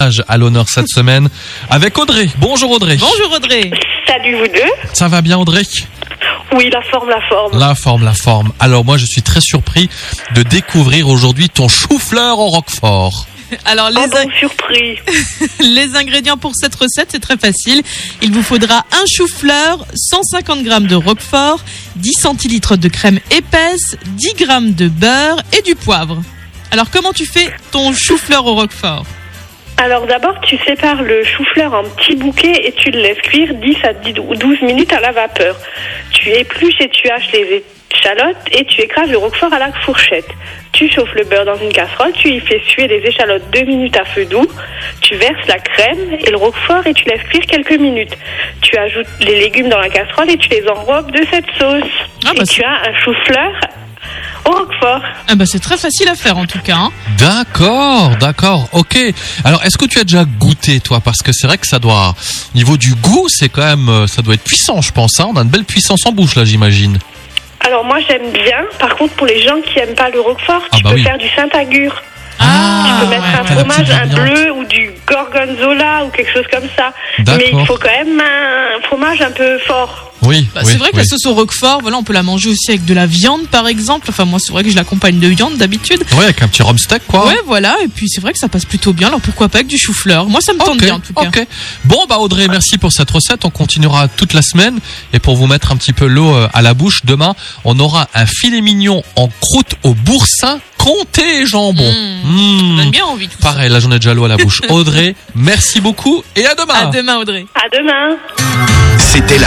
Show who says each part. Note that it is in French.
Speaker 1: mariage à l'honneur cette semaine avec Audrey. Bonjour Audrey.
Speaker 2: Bonjour Audrey.
Speaker 3: Salut vous deux.
Speaker 1: Ça va bien Audrey
Speaker 3: Oui, la forme, la forme.
Speaker 1: La forme, la forme. Alors moi je suis très surpris de découvrir aujourd'hui ton chou-fleur au roquefort.
Speaker 2: Alors les,
Speaker 3: Ah bon,
Speaker 2: in-
Speaker 3: surpris.
Speaker 2: les ingrédients pour cette recette, c'est très facile. Il vous faudra un chou-fleur, 150 g de roquefort, 10 centilitres de crème épaisse, 10 g de beurre et du poivre. Alors comment tu fais ton chou-fleur au roquefort
Speaker 3: Alors d'abord, tu sépares le chou-fleur en petits bouquets et tu le laisses cuire 10 à 10 ou 12 minutes à la vapeur. Tu épluches et tu haches les échalotes et tu écrases le roquefort à la fourchette. Tu chauffes le beurre dans une casserole, tu y fais suer les échalotes 2 minutes à feu doux, tu verses la crème et le roquefort et tu laisses cuire quelques minutes. Tu ajoutes les légumes dans la casserole et tu les enrobes de cette sauce.
Speaker 2: Ah, bah,
Speaker 3: et tu
Speaker 2: c'est-
Speaker 3: as un chou-fleur au roquefort.
Speaker 2: ah bah, C'est très facile à faire en tout cas. hein.
Speaker 1: D'accord, d'accord, ok. Alors est-ce que tu as déjà goûté toi Parce que c'est vrai que ça doit, au niveau du goût, c'est quand même, euh, ça doit être puissant je pense. hein. On a une belle puissance en bouche là j'imagine.
Speaker 3: Alors moi j'aime bien, par contre pour les gens qui aiment pas le roquefort,
Speaker 1: Ah
Speaker 3: tu
Speaker 1: bah
Speaker 3: peux
Speaker 1: oui.
Speaker 3: faire du Saint-Agur.
Speaker 2: Ah,
Speaker 3: tu peux
Speaker 2: ouais,
Speaker 3: mettre un
Speaker 1: t'as la petite
Speaker 3: fromage, un
Speaker 1: variante.
Speaker 3: bleu ou du gorgonzola ou quelque chose comme ça. Mais il
Speaker 1: D'accord.
Speaker 3: faut quand même un fromage un peu fort.
Speaker 1: Oui.
Speaker 2: Bah,
Speaker 1: oui,
Speaker 2: c'est vrai que
Speaker 1: oui.
Speaker 2: la sauce au roquefort, voilà, on peut la manger aussi avec de la viande par exemple. Enfin moi c'est vrai que je l'accompagne de viande d'habitude.
Speaker 1: Ouais, avec un petit rhum steak
Speaker 3: Oh.
Speaker 1: quoi.
Speaker 2: Ouais voilà, et puis c'est vrai que ça passe plutôt bien. Alors pourquoi pas avec du chou-fleur Moi ça me tente
Speaker 1: Ok,
Speaker 2: bien en tout cas.
Speaker 1: ok. Bon, bah Audrey, merci pour cette recette. On continuera toute la semaine. Et pour vous mettre un petit peu l'eau euh, à la bouche, demain, on aura un filet mignon en croûte au boursin, comté et jambon.
Speaker 2: On
Speaker 1: Mmh.
Speaker 2: donne bien envie. Tout ça.
Speaker 1: Pareil, là j'en ai déjà l'eau à la bouche. Audrey, merci beaucoup et à demain.
Speaker 2: À demain, Audrey.
Speaker 3: À demain.
Speaker 4: C'était la